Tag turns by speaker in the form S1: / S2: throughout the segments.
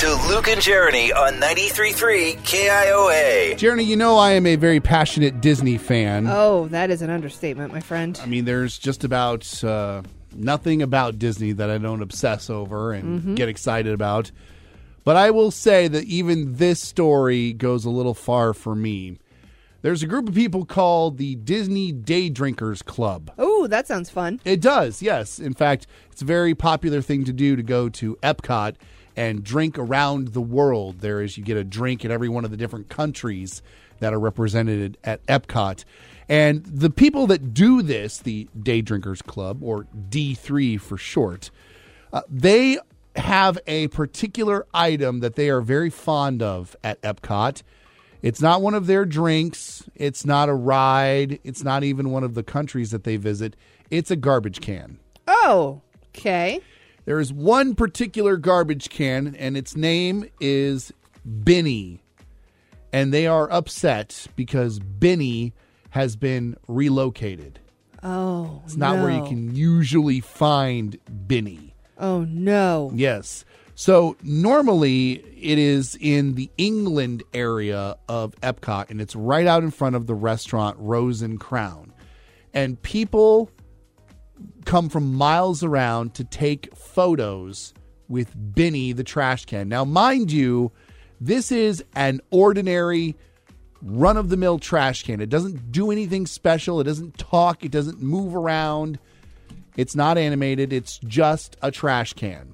S1: to Luke and Jeremy on 93.3 KIOA.
S2: Jeremy, you know I am a very passionate Disney fan.
S3: Oh, that is an understatement, my friend.
S2: I mean, there's just about uh, nothing about Disney that I don't obsess over and get excited about. But I will say that even this story goes a little far for me. There's a group of people called the Disney Day Drinkers Club.
S3: Oh, that sounds fun.
S2: It does, yes. In fact, it's a very popular thing to do to go to Epcot and drink around the world. There is, you get a drink in every one of the different countries that are represented at Epcot. And the people that do this, the Day Drinkers Club, or D3 for short, uh, they have a particular item that they are very fond of at Epcot. It's not one of their drinks. It's not a ride. It's not even one of the countries that they visit. It's a garbage can.
S3: Oh, okay.
S2: There is one particular garbage can, and its name is Benny. And they are upset because Benny has been relocated.
S3: Oh,
S2: It's not where you can usually find Benny.
S3: Oh no.
S2: Yes. So normally it is in the England area of Epcot, and it's right out in front of the restaurant Rose and Crown. And people come from miles around to take photos with Benny the trash can. Now, mind you, this is an ordinary run of the mill trash can. It doesn't do anything special, it doesn't talk, it doesn't move around. It's not animated, it's just a trash can.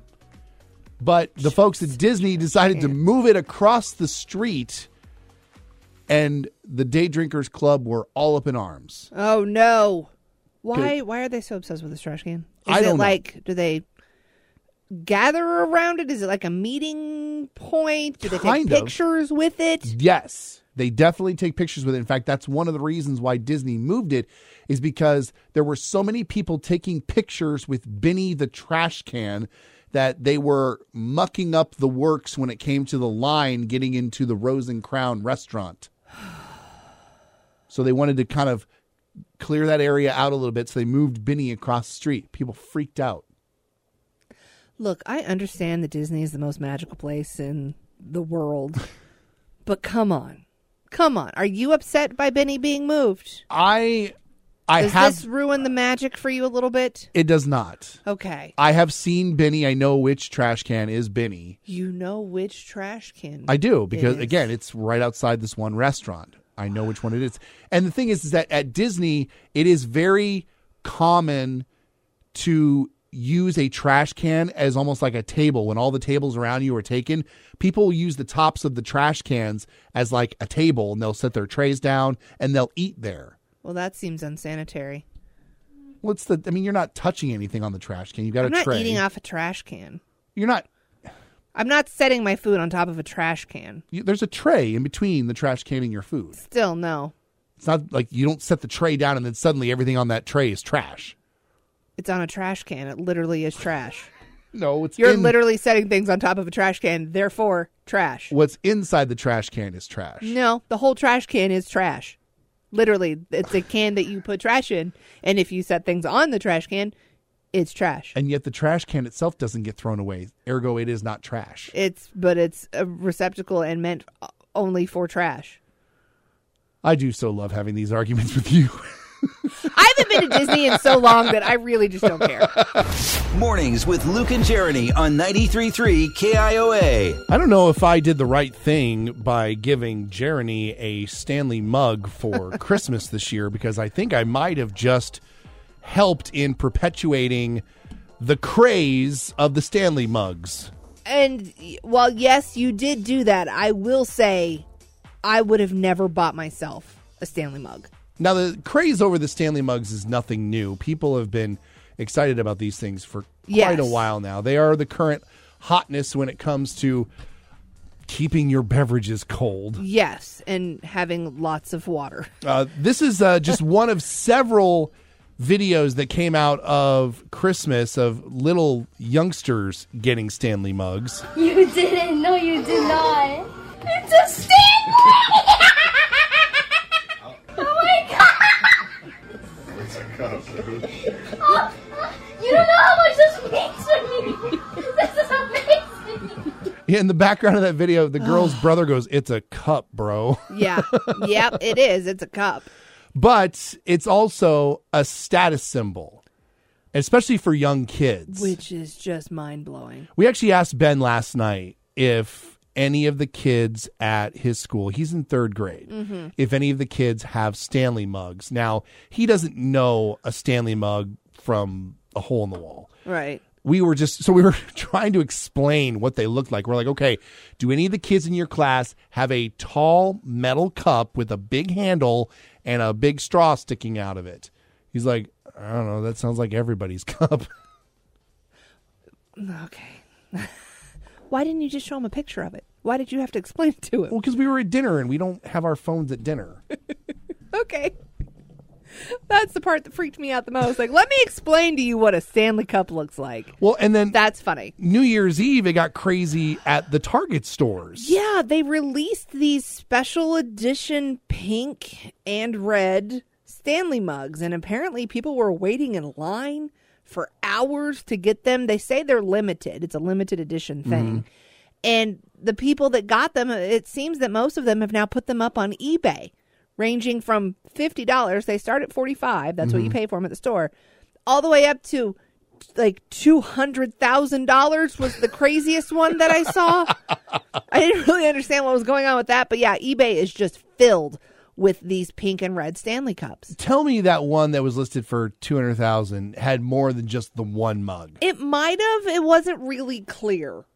S2: But the folks at Disney decided to move it across the street, and the Day Drinkers Club were all up in arms.
S3: Oh no. Why?
S2: Good.
S3: Why are they so obsessed with this trash can? Is
S2: I
S3: it
S2: don't know.
S3: like do they gather around it? Is it like a meeting point? Do they
S2: Kind
S3: take
S2: of.
S3: pictures with it?
S2: Yes, they definitely take pictures with it. In fact, that's one of the reasons why Disney moved it, is because there were so many people taking pictures with Benny the trash can that they were mucking up the works when it came to the line getting into the Rose and Crown restaurant. So they wanted to kind of clear that area out a little bit. So they moved Benny across the street. People freaked out.
S3: Look, I understand that Disney is the most magical place in the world, but come on, come on. Are you upset by Benny being moved?
S2: I, I
S3: Does
S2: have.
S3: this ruin the magic for you a little bit?
S2: it does not.
S3: Okay.
S2: I have seen Benny. I know which trash can is Benny.
S3: You know which trash can.
S2: I do because
S3: is.
S2: again, it's right outside this one restaurant. I know which one it is. And the thing is, is that at Disney, it is very common to use a trash can as almost like a table. When all the tables around you are taken, people use the tops of the trash cans as like a table, and they'll set their trays down and they'll eat there.
S3: Well, that seems unsanitary.
S2: What's the? I mean, you're not touching anything on the trash can. You've got
S3: I'm
S2: a
S3: not
S2: tray.
S3: eating off a trash can.
S2: You're not.
S3: I'm not setting my food on top of a trash can.
S2: You, there's a tray in between the trash can and your food.
S3: Still, no.
S2: It's not like you don't set the tray down and then suddenly everything on that tray is trash.
S3: It's on a trash can. It literally is trash.
S2: No, it's
S3: You're
S2: in-
S3: literally setting things on top of a trash can, therefore, trash.
S2: what's inside the trash can is trash.
S3: No, the whole trash can is trash. Literally, it's a can that you put trash in, and if you set things on the trash can, it's trash.
S2: And yet the trash can itself doesn't get thrown away. Ergo, it is not trash.
S3: It's but it's a receptacle and meant o- only for trash.
S2: I do so love having these arguments with you.
S3: I haven't been to Disney in so long that I really just don't care.
S1: Mornings with Luke and Jeremy on 93.3 KIOA.
S2: I don't know if I did the right thing by giving Jeremy a Stanley mug for Christmas this year because I think I might have just helped in perpetuating the craze of the Stanley mugs.
S3: And y- while yes, you did do that, I will say I would have never bought myself a Stanley mug.
S2: Now, the craze over the Stanley mugs is nothing new. People have been excited about these things for quite
S3: Yes.
S2: a while now. They are the current hotness when it comes to keeping your beverages cold.
S3: Yes, and having lots of water.
S2: Uh, this is uh, just one of several videos that came out of Christmas of little youngsters getting Stanley mugs.
S4: You didn't. No, you did not. It's a Stanley! oh my god! Oh, you don't know how much this means to me! This is amazing!
S2: Yeah, in the background of that video, the girl's brother goes, "It's a cup, bro."
S3: Yeah. yep, it is. It's a cup.
S2: But it's also a status symbol, especially for young kids.
S3: Which is just mind blowing.
S2: We actually asked Ben last night if any of the kids at his school, he's in third grade, if any of the kids have Stanley mugs. Now, he doesn't know a Stanley mug from a hole in the wall.
S3: Right.
S2: We were just, so we were trying to explain what they looked like. We're like, okay, do any of the kids in your class have a tall metal cup with a big handle and a big straw sticking out of it? He's like, I don't know. That sounds like everybody's cup.
S3: Okay. Why didn't you just show him a picture of it? Why did you have to explain it to him?
S2: Well, because we were at dinner and we don't have our phones at dinner.
S3: Okay. That's the part that freaked me out the most. Like, let me explain to you what a Stanley Cup looks like.
S2: Well, and then
S3: That's funny.
S2: New Year's Eve, it got crazy at the Target stores.
S3: Yeah, they released these special edition pink and red Stanley mugs, and apparently people were waiting in line for hours to get them. They say they're limited, it's a limited edition thing. And the people that got them, it seems that most of them have now put them up on eBay, ranging from $50, they start at 45 that's what you pay for them at the store, all the way up to like $200,000 was the craziest one that I saw. I didn't really understand what was going on with that, but yeah, eBay is just filled with these pink and red Stanley cups.
S2: Tell me that one that was listed for 200,000 had more than just the one mug.
S3: It might have, it wasn't really clear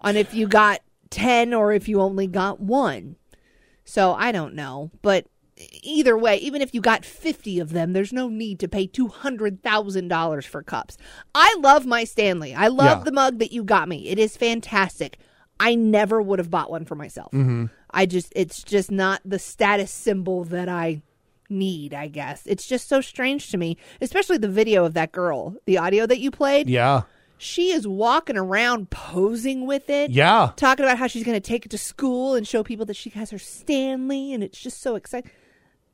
S3: on if you got 10 or if you only got one. So I don't know, but either way, even if you got 50 of them, there's no need to pay $200,000 for cups. I love my Stanley. I love
S2: Yeah.
S3: the mug that you got me. It is fantastic. I never would have bought one for myself.
S2: Mm-hmm.
S3: I just it's just not the status symbol that I need, I guess. It's just so strange to me, especially the video of that girl, the audio that you played.
S2: Yeah.
S3: She is walking around posing with it.
S2: Yeah.
S3: Talking about how she's going to take it to school and show people that she has her Stanley and it's just so exciting.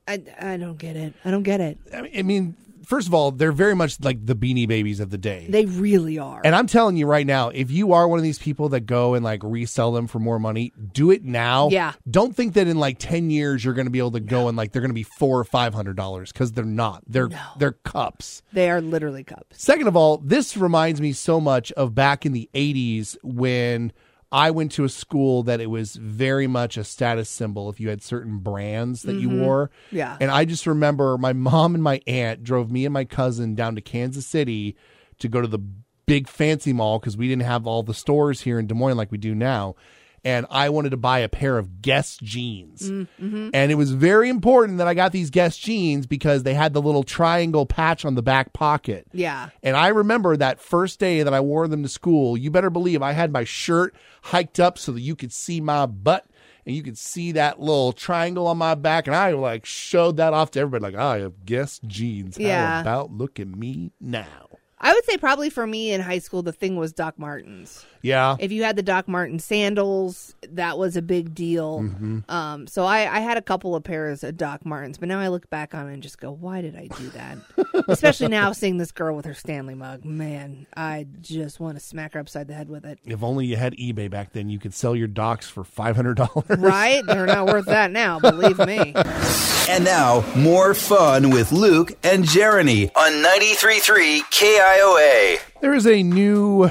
S3: I, I don't get it. I don't get it.
S2: I mean- I mean, first of all, they're very much like the beanie babies of the day.
S3: They really are.
S2: and I'm telling you right now, if you are one of these people that go and like resell them for more money, do it now.
S3: Yeah.
S2: Don't think that in like 10 years you're going to be able to go and like they're going to be four or five hundred dollars because they're not. They're they're cups.
S3: they are literally cups.
S2: Second of all, this reminds me so much of back in the 80s when I went to a school that it was very much a status symbol if you had certain brands that you wore.
S3: Yeah.
S2: And I just remember my mom and my aunt drove me and my cousin down to Kansas City to go to the big fancy mall because we didn't have all the stores here in Des Moines like we do now. And I wanted to buy a pair of Guess jeans. And it was very important that I got these Guess jeans because they had the little triangle patch on the back pocket.
S3: Yeah.
S2: And I remember that first day that I wore them to school, you better believe I had my shirt hiked up so that you could see my butt and you could see that little triangle on my back. And I like showed that off to everybody, like, I have guessed jeans.
S3: Yeah.
S2: How about look at me now?
S3: I would say probably for me in high school the thing was Doc Martens.
S2: Yeah.
S3: If you had the Doc Martin sandals, that was a big deal. Um, so I, I had a couple of pairs of Doc Martens, but now I look back on it and just go, why did I do that? Especially now seeing this girl with her Stanley mug. Man, I just want to smack her upside the head with it.
S2: If only you had eBay back then, you could sell your docs for $500.
S3: Right? They're not worth that now, believe me.
S1: And now, more fun with Luke and Jeremy on 93.3 KIOA.
S2: There is a new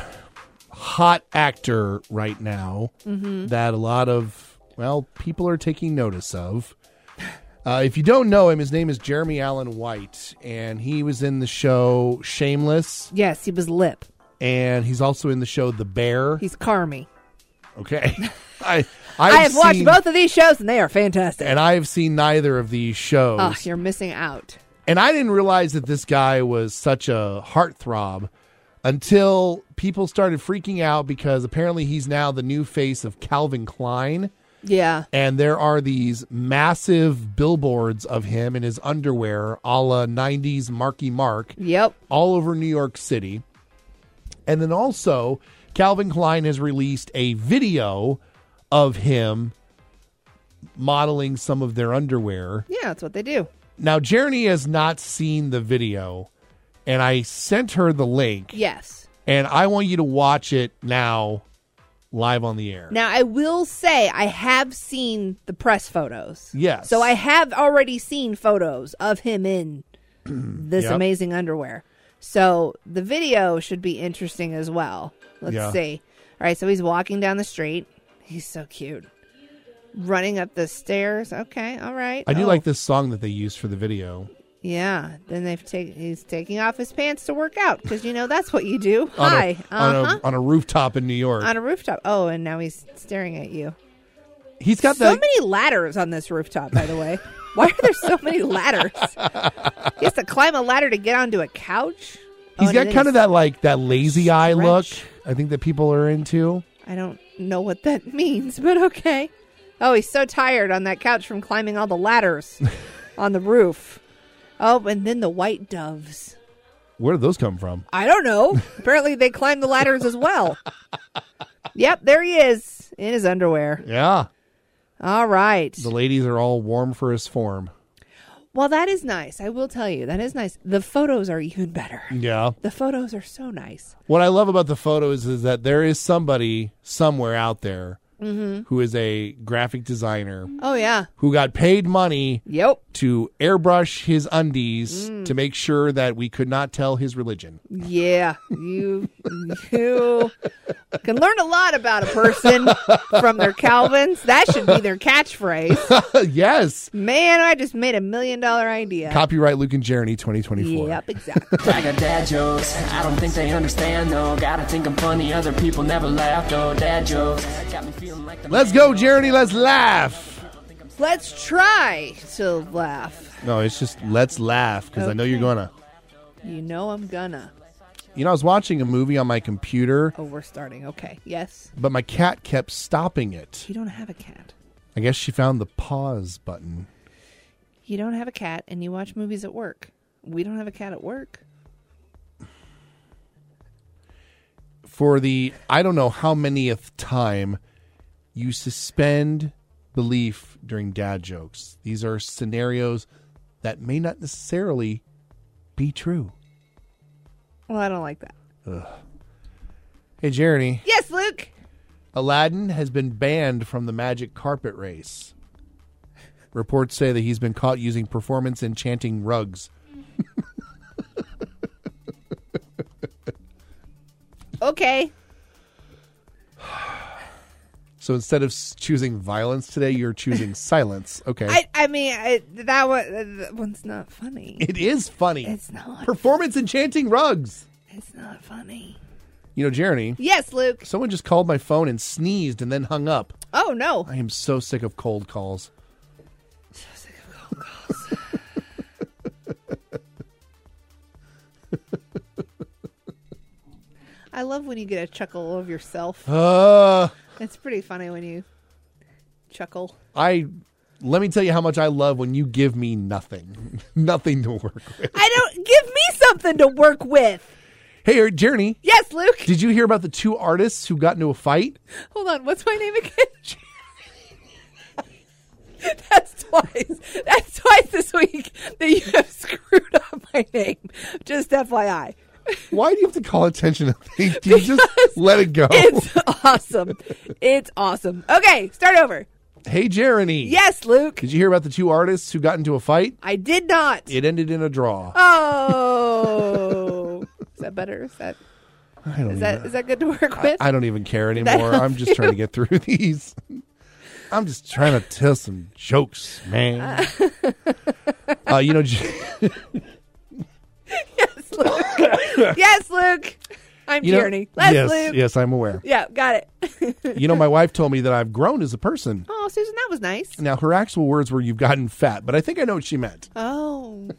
S2: hot actor right now
S3: Mm-hmm.
S2: that a lot of well people are taking notice of. Uh, if you don't know him, his name is Jeremy Allen White, and he was in the show Shameless,
S3: Yes, he was lip.
S2: and he's also in the show The Bear.
S3: He's Carmy.
S2: Okay, I
S3: I have watched
S2: seen-
S3: both of these shows and they are fantastic.
S2: and I have seen neither of these shows.
S3: Oh, you're missing out.
S2: And I didn't realize that this guy was such a heartthrob until people started freaking out because apparently he's now the new face of Calvin Klein.
S3: Yeah.
S2: And there are these massive billboards of him in his underwear, a la 90s Marky Mark,
S3: Yep.
S2: all over New York City. And then also, Calvin Klein has released a video of him modeling some of their underwear.
S3: Yeah, that's what they do.
S2: Now, Jeremy has not seen the video, and I sent her the link,
S3: Yes.
S2: and I want you to watch it now live on the air.
S3: Now, I will say I have seen the press photos.
S2: Yes.
S3: So I have already seen photos of him in this
S2: Yep.
S3: amazing underwear. So the video should be interesting as well. Let's
S2: Yeah.
S3: see. All right, so he's walking down the street. He's so cute. Running up the stairs. Okay, all right.
S2: I do
S3: Oh,
S2: like this song that they used for the video
S3: Yeah. Then they've taken. He's taking off his pants to work out because you know that's what you do.
S2: on,
S3: Hi.
S2: a, on,
S3: uh-huh.
S2: a, on a rooftop in New York.
S3: on a rooftop. Oh, and now he's staring at you.
S2: He's got
S3: So
S2: that.
S3: many ladders on this rooftop, by the way. Why are there so many ladders? He has to climb a ladder to get onto a couch. Oh,
S2: He's got kind of that like that lazy eye look.
S3: stretch.
S2: I think that people are into.
S3: I don't know what that means, but okay. Oh, he's so tired on that couch from climbing all the ladders on the roof. Oh, and then the white doves.
S2: Where did those come from?
S3: I don't know. Apparently, they climb the ladders as well. Yep, there he is in his underwear.
S2: Yeah,
S3: All right.
S2: the ladies are all warm for his form.
S3: Well, that is nice. I will tell you, that is nice. The photos are even better.
S2: Yeah.
S3: The photos are so nice.
S2: What I love about the photos is that there is somebody somewhere out there who is a graphic designer
S3: Oh yeah.
S2: who got paid money
S3: Yep.
S2: to airbrush his undies to make sure that we could not tell his religion.
S3: Yeah. You you can learn a lot about a person from their Calvins. That should be their catchphrase.
S2: yes.
S3: Man, I just made a million dollar idea.
S2: Copyright Luke and Jeremy 2024.
S3: Yep, exactly.
S5: I got dad jokes. I don't think they understand though. Gotta think I'm funny. Other people never laugh though. Dad jokes. Got me feeling like the
S2: Let's
S5: man,
S2: go,
S5: though.
S2: Jeremy. Let's laugh.
S3: Let's try to laugh.
S2: No, it's just let's laugh because I know you're going to.
S3: You know I'm gonna.
S2: You know, I was watching a movie on my computer,
S3: Oh, we're starting. Okay. Yes.
S2: but my cat kept stopping it.
S3: You don't have a cat.
S2: I guess she found the pause button.
S3: You don't have a cat and you watch movies at work. We don't have a cat at work.
S2: for the I don't know how manyth time you suspend belief during dad jokes. These are scenarios that may not necessarily be true.
S3: Well, I don't like that.
S2: Hey, Jeremy,
S3: Yes, Luke.
S2: Aladdin has been banned from the magic carpet race. Reports say that he's been caught using performance enchanting rugs.
S3: Okay.
S2: So instead of s- choosing violence today, you're choosing silence. Okay.
S3: I, I mean, I, that one uh, that one's not funny.
S2: it is funny.
S3: It's not.
S2: Performance enchanting rugs.
S3: It's not funny.
S2: You know, Jeremy.
S3: Yes, Luke.
S2: Someone just called my phone and sneezed and then hung up.
S3: Oh no.
S2: I am so sick of cold calls.
S3: I love when you get a chuckle of yourself.
S2: Uh,
S3: It's pretty funny when you chuckle.
S2: I let me tell you how much I love when you give me nothing, nothing to work with.
S3: I don't give me something to work with.
S2: Hey, Er, Jeremy,
S3: Yes, Luke.
S2: did you hear about the two artists who got into a fight?
S3: Hold on. What's my name again? That's twice. That's twice this week that you have screwed up my name. Just FYI.
S2: Why do you have to call attention to things? Do you just let it go?
S3: It's awesome. It's awesome. Okay, start over.
S2: Hey, Jeremy.
S3: Yes, Luke.
S2: Did you hear about the two artists who got into a fight?
S3: I did not.
S2: It ended in a draw.
S3: Oh. is that better? Is that
S2: I don't even,
S3: is that is that good to work with?
S2: I don't even care anymore. I'm just trying to get through these. I'm just trying to tell some jokes, man. Uh, you know, J-
S3: yes, Luke. yes, Luke. I'm
S2: you know,
S3: Tierney. Let's
S2: yes,
S3: Luke.
S2: yes, I'm aware.
S3: Yeah, got it.
S2: You know, my wife told me that I've grown as a person.
S3: oh, Susan, that was nice.
S2: Now, her actual words were "you've gotten fat," but I think I know what she meant.
S3: Oh.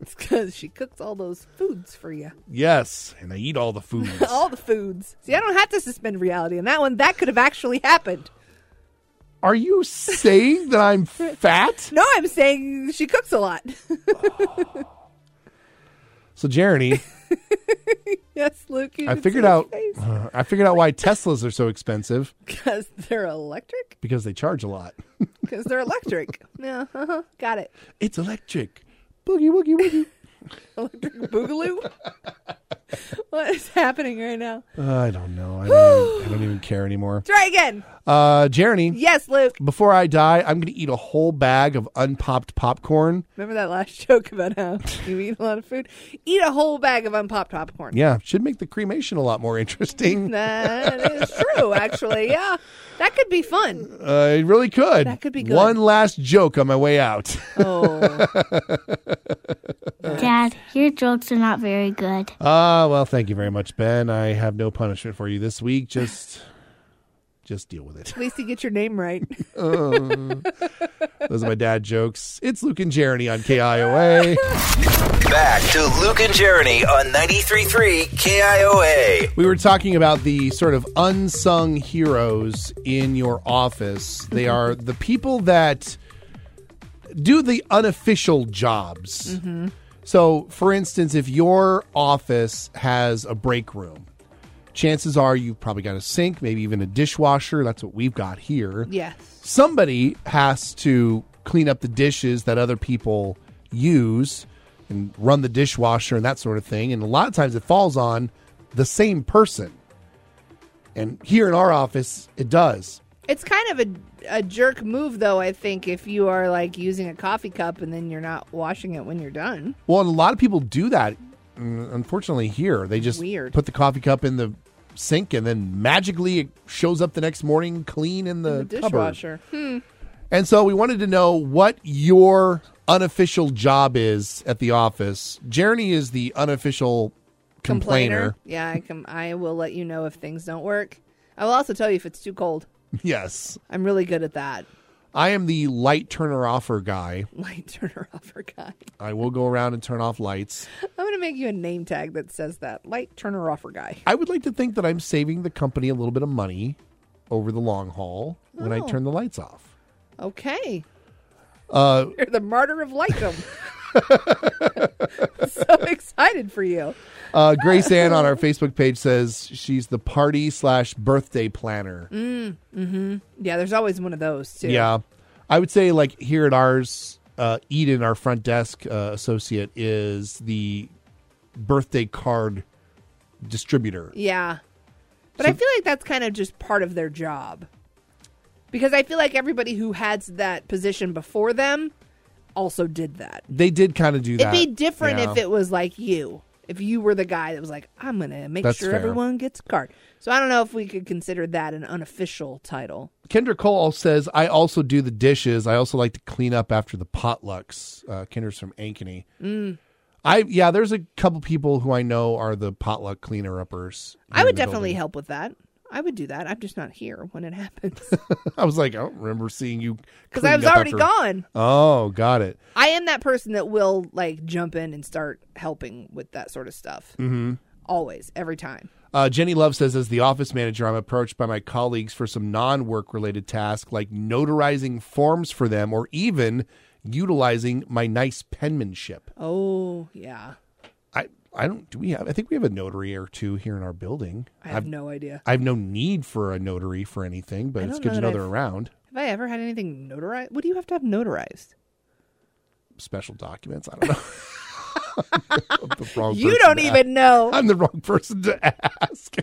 S3: it's because she cooks all those foods for you.
S2: Yes, and I eat all the foods.
S3: All the foods. See, I don't have to suspend reality in that one. That could have actually happened.
S2: Are you saying that I'm fat?
S3: No, I'm saying she cooks a lot.
S2: So, Jeremy,
S3: yes, Luke. You
S2: I
S3: can
S2: figured
S3: see his
S2: out
S3: face.
S2: uh, I figured out why Teslas are so expensive
S3: Because they're electric?
S2: because they charge a lot.
S3: Because they're electric. yeah, uh-huh. got it.
S2: It's electric. Boogie woogie woogie.
S3: Electric Boogaloo? what is happening right now?
S2: I don't know. I don't I don't even care anymore.
S3: Try again.
S2: Uh, Jeremy,
S3: Yes, Luke.
S2: before I die, I'm going to eat a whole bag of unpopped popcorn.
S3: Remember that last joke about how you eat a lot of food? Eat a whole bag of unpopped popcorn.
S2: Yeah, should make the cremation a lot more interesting.
S3: That is true, actually. Yeah. That could be fun.
S2: Uh, it really could.
S3: That could be good.
S2: One last joke on my way out.
S3: Oh.
S6: Dad, your jokes are not very good.
S2: Ah, well, thank you very much, Ben. I have no punishment for you this week. Just, just deal with it.
S3: At least you get your name right.
S2: Those are my dad jokes. It's Luke and Jeremy on KIOA.
S1: Back to Luke and Jeremy on 93.3 KIOA.
S2: We were talking about the sort of unsung heroes in your office. They are the people that do the unofficial jobs. So, for instance, if your office has a break room, chances are you've probably got a sink, maybe even a dishwasher. That's what we've got here.
S3: yes.
S2: Somebody has to clean up the dishes that other people use and run the dishwasher and that sort of thing. And a lot of times it falls on the same person. And here in our office, it does.
S3: It's kind of a, a jerk move, though, I think, if you are like using a coffee cup and then you're not washing it when you're done.
S2: Well, and a lot of people do that. mm, Unfortunately, here they just
S3: Weird.
S2: put the coffee cup in the sink and then magically it shows up the next morning clean in the, cupboard.
S3: The dishwasher. Hmm.
S2: And so we wanted to know what your unofficial job is at the office. Jeremy is the unofficial complainer.
S3: Yeah, I can. I will let you know if things don't work. I will also tell you if it's too cold.
S2: Yes.
S3: I'm really good at that.
S2: I am the light turner offer guy.
S3: Light turner offer guy.
S2: I will go around and turn off lights.
S3: I'm gonna make you a name tag that says that. Light turner offer guy.
S2: I would like to think that I'm saving the company a little bit of money over the long haul when I
S3: Oh.
S2: turn the lights off.
S3: Okay. Uh, You're the martyr of Lycum. so excited for you.
S2: Uh, Grace Ann on our Facebook page says she's the party slash birthday planner.
S3: Yeah, there's always one of those too.
S2: Yeah. I would say, like, here at ours, uh, Eden, our front desk uh, associate, is the birthday card distributor.
S3: Yeah. But I feel like that's kind of just part of their job. Because I feel like everybody who had that position before them also did that.
S2: They did kind of do
S3: It'd
S2: that.
S3: be different
S2: Yeah.
S3: if it was like you. If you were the guy that was like, I'm going to make
S2: That's
S3: sure
S2: fair.
S3: everyone gets a card. So I don't know if we could consider that an unofficial title.
S2: Kendra Cole says, I also do the dishes. I also like to clean up after the potlucks. Uh, Kendra's from Ankeny.
S3: Mm.
S2: I yeah, there's a couple people who I know are the potluck cleaner uppers.
S3: I would definitely help with that. I would do that. I'm just not here when it happens
S2: I was like, I don't remember seeing you
S3: because I
S2: cleaned
S3: was
S2: up
S3: already
S2: after-
S3: gone.
S2: Oh, got it.
S3: I am that person that will like jump in and start helping with that sort of stuff. Mm-hmm. Always, every time.
S2: Uh, Jenny Love says, as the office manager, I'm approached by my colleagues for some non work related tasks like notarizing forms for them or even utilizing my nice penmanship.
S3: Oh yeah,
S2: I, I don't, do we have, I think we have a notary or two here in our building.
S3: I have no idea.
S2: I have no need for a notary for anything, but
S3: I
S2: it's
S3: don't
S2: good
S3: know
S2: to
S3: that
S2: know they're
S3: I've-
S2: around.
S3: Have I ever had anything notarized? What do you have to have notarized?
S2: Special documents. I don't know. I'm the wrong
S3: You
S2: person
S3: don't
S2: to
S3: even know.
S2: ask. I'm the wrong person to ask.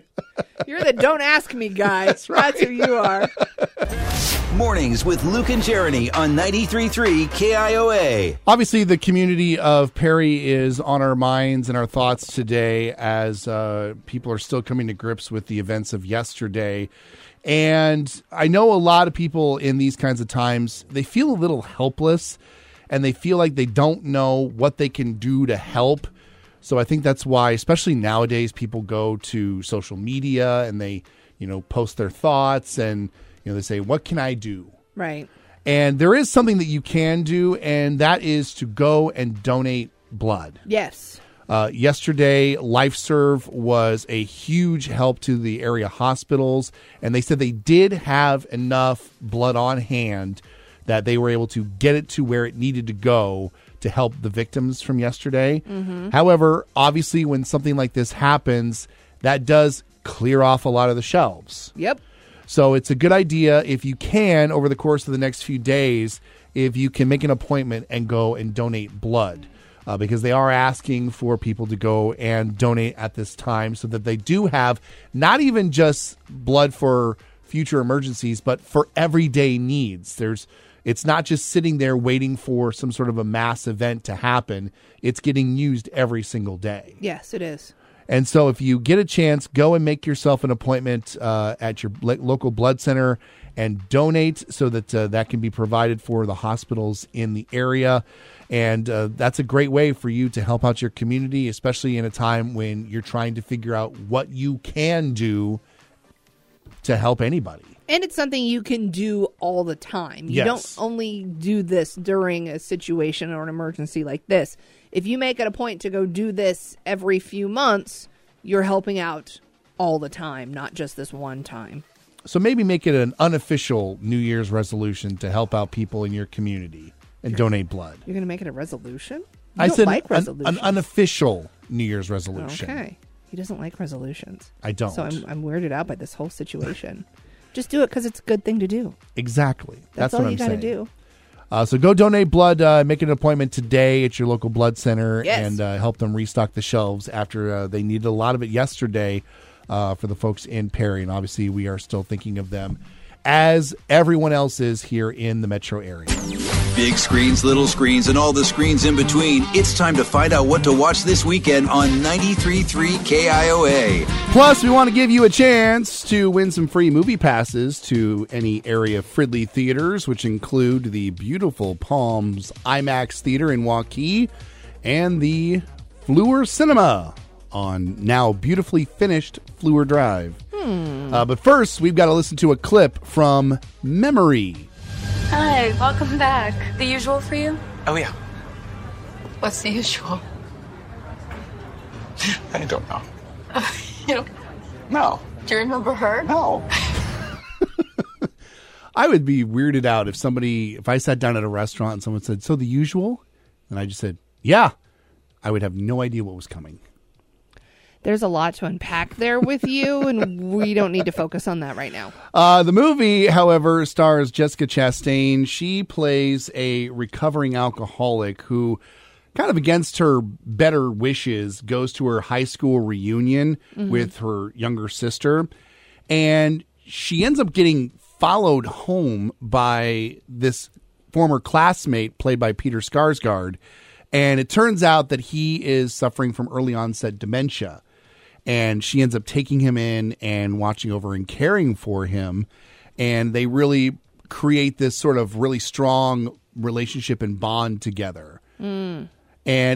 S3: You're the don't ask me guy. That's, who you are.
S1: Mornings with Luke and Jeremy on 93.3 KIOA.
S2: Obviously, the community of Perry is on our minds and our thoughts today as uh, people are still coming to grips with the events of yesterday. And I know a lot of people in these kinds of times, they feel a little helpless and they feel like they don't know what they can do to help. So I think that's why, especially nowadays, people go to social media and they, you know, post their thoughts and, you know, they say, what can I do?
S3: Right.
S2: And there is something that you can do, and that is to go and donate blood.
S3: Yes.
S2: Uh, yesterday, LifeServe was a huge help to the area hospitals, and they said they did have enough blood on hand that they were able to get it to where it needed to go to help the victims from yesterday. However, obviously, when something like this happens, that does clear off a lot of the shelves.
S3: Yep.
S2: So it's a good idea if you can over the course of the next few days if you can make an appointment and go and donate blood. uh, because they are asking for people to go and donate at this time so that they do have not even just blood for future emergencies, but for everyday needs. There's it's not just sitting there waiting for some sort of a mass event to happen. It's getting used every single day.
S3: Yes, it is.
S2: And so, if you get a chance, go and make yourself an appointment uh, at your lo- local blood center and donate so that uh, that can be provided for the hospitals in the area. And uh, that's a great way for you to help out your community, especially in a time when you're trying to figure out what you can do to help anybody.
S3: And it's something you can do all the time. You
S2: Yes.
S3: don't only do this during a situation or an emergency like this. If you make it a point to go do this every few months, you're helping out all the time, not just this one time.
S2: So maybe make it an unofficial New Year's resolution to help out people in your community and donate blood.
S3: You're going to make it a resolution? You
S2: I
S3: don't
S2: said
S3: like
S2: an- an,
S3: resolutions.
S2: unofficial New Year's resolution.
S3: Okay. He doesn't like resolutions.
S2: I don't.
S3: So I'm, I'm weirded out by this whole situation. Just do it because it's a good thing to do.
S2: Exactly. That's,
S3: That's, all
S2: what
S3: you
S2: I'm
S3: gotta
S2: saying.
S3: do.
S2: Uh, so go donate blood. Uh, make an appointment today at your local blood center
S3: Yes.
S2: and uh, help them restock the shelves after uh, they needed a lot of it yesterday uh, for the folks in Perry. And obviously, we are still thinking of them as everyone else is here in the metro area.
S1: Big screens, little screens, and all the screens in between. It's time to find out what to watch this weekend on 93.3 KIOA.
S2: Plus, we want to give you a chance to win some free movie passes to any area Fridley theaters, which include the beautiful Palms IMAX Theater in Waukee and the Fleur Cinema on now beautifully finished Fleur Drive. Uh, but first, we've got to listen to a clip from Memory.
S7: Hi, welcome back. The usual for you?
S8: Oh, yeah.
S7: What's the usual?
S8: I don't know.
S7: You know,
S8: No.
S7: do you remember her?
S8: No.
S2: I would be weirded out if somebody, if I sat down at a restaurant and someone said, So the usual? And I just said, Yeah. I would have no idea what was coming.
S3: There's a lot to unpack there with you, and we don't need to focus on that right now.
S2: Uh, the movie, however, stars Jessica Chastain. She plays a recovering alcoholic who, kind of against her better wishes, goes to her high school reunion with her younger sister. And she ends up getting followed home by this former classmate, played by Peter Skarsgård. And it turns out that he is suffering from early onset dementia and she ends up taking him in and watching over and caring for him and they really create this sort of really strong relationship and bond together and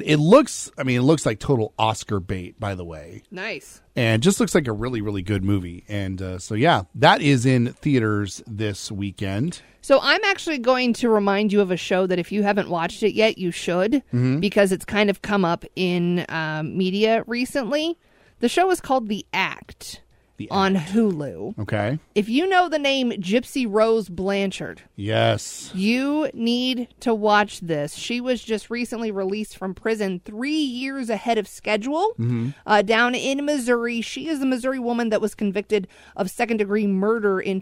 S2: it looks i mean it looks like total oscar bait by the way
S3: Nice.
S2: and just looks like a really really good movie and uh, so yeah that is in theaters this weekend
S3: So I'm actually going to remind you of a show that if you haven't watched it yet, you should because it's kind of come up in um, media recently. The show is called The Act
S2: The
S3: on Hulu.
S2: okay
S3: If you know the name Gypsy Rose Blanchard,
S2: yes
S3: You need to watch this. She was just recently released from prison three years ahead of schedule uh, down in Missouri. She is the Missouri woman that was convicted of second degree murder in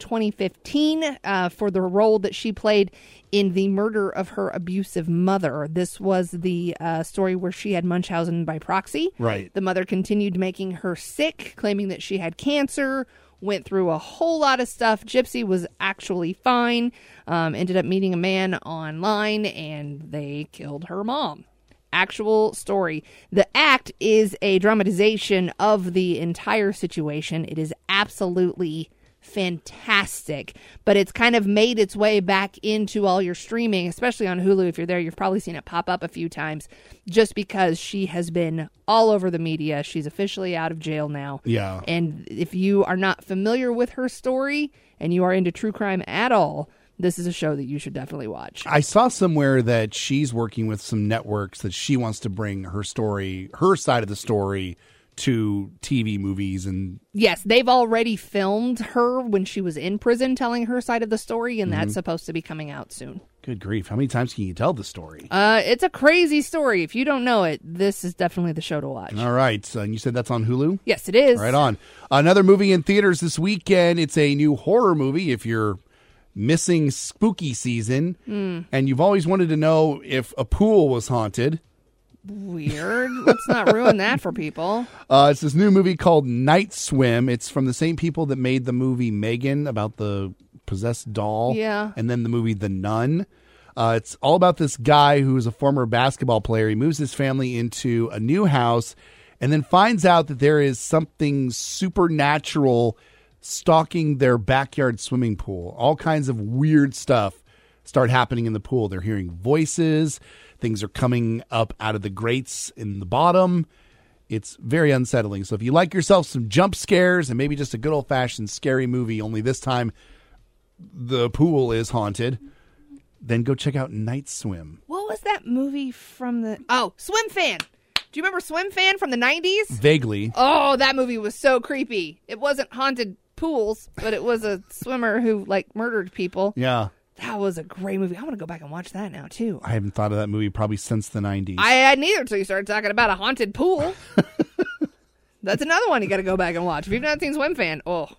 S3: 2015 uh, for the role that she played in the murder of her abusive mother. This was the uh, story where she had Munchausen by proxy.
S2: Right.
S3: The mother continued making her sick, claiming that she had cancer, went through a whole lot of stuff. Gypsy was actually fine, um, ended up meeting a man online, and they killed her mom. Actual story. The act is a dramatization of the entire situation. It is absolutely fantastic, but it's kind of made its way back into all your streaming, especially on Hulu. If you're there, you've probably seen it pop up a few times just because she has been all over the media. She's officially out of jail now.
S2: Yeah.
S3: And if you are not familiar with her story and you are into true crime at all, this is a show that you should definitely watch.
S2: I saw somewhere that she's working with some networks that she wants to bring her story, her side of the story, to TV movies and
S3: Yes, they've already filmed her when she was in prison telling her side of the story, and that's supposed to be coming out soon.
S2: Good grief. How many times can you tell the story?
S3: Uh, it's a crazy story. If you don't know it, this is definitely the show to watch.
S2: All right. So, and you said that's on Hulu?
S3: Yes, it is.
S2: Right on. Another movie in theaters this weekend. It's a new horror movie if you're missing spooky season and you've always wanted to know if a pool was haunted.
S3: weird. Let's not ruin that for people.
S2: Uh, it's this new movie called Night Swim. It's from the same people that made the movie Megan about the possessed doll.
S3: Yeah.
S2: And then the movie The Nun. Uh, it's all about this guy who is a former basketball player. He moves his family into a new house and then finds out that there is something supernatural stalking their backyard swimming pool. All kinds of weird stuff start happening in the pool. They're hearing voices, things are coming up out of the grates in the bottom. It's very unsettling. So if you like yourself some jump scares and maybe just a good old fashioned scary movie, only this time the pool is haunted, then go check out Night Swim.
S3: What was that movie from the? Oh, Swim Fan. Do you remember Swim Fan from the nineties?
S2: Vaguely.
S3: Oh, that movie was so creepy. It wasn't haunted pools, but it was a swimmer who like murdered people.
S2: Yeah.
S3: That was a great movie. I want to go back and watch that now too.
S2: I haven't thought of that movie probably since the 90s.
S3: I had neither until you started talking about a haunted pool. That's another one you got to go back and watch. If you've not seen Swim Fan, oh,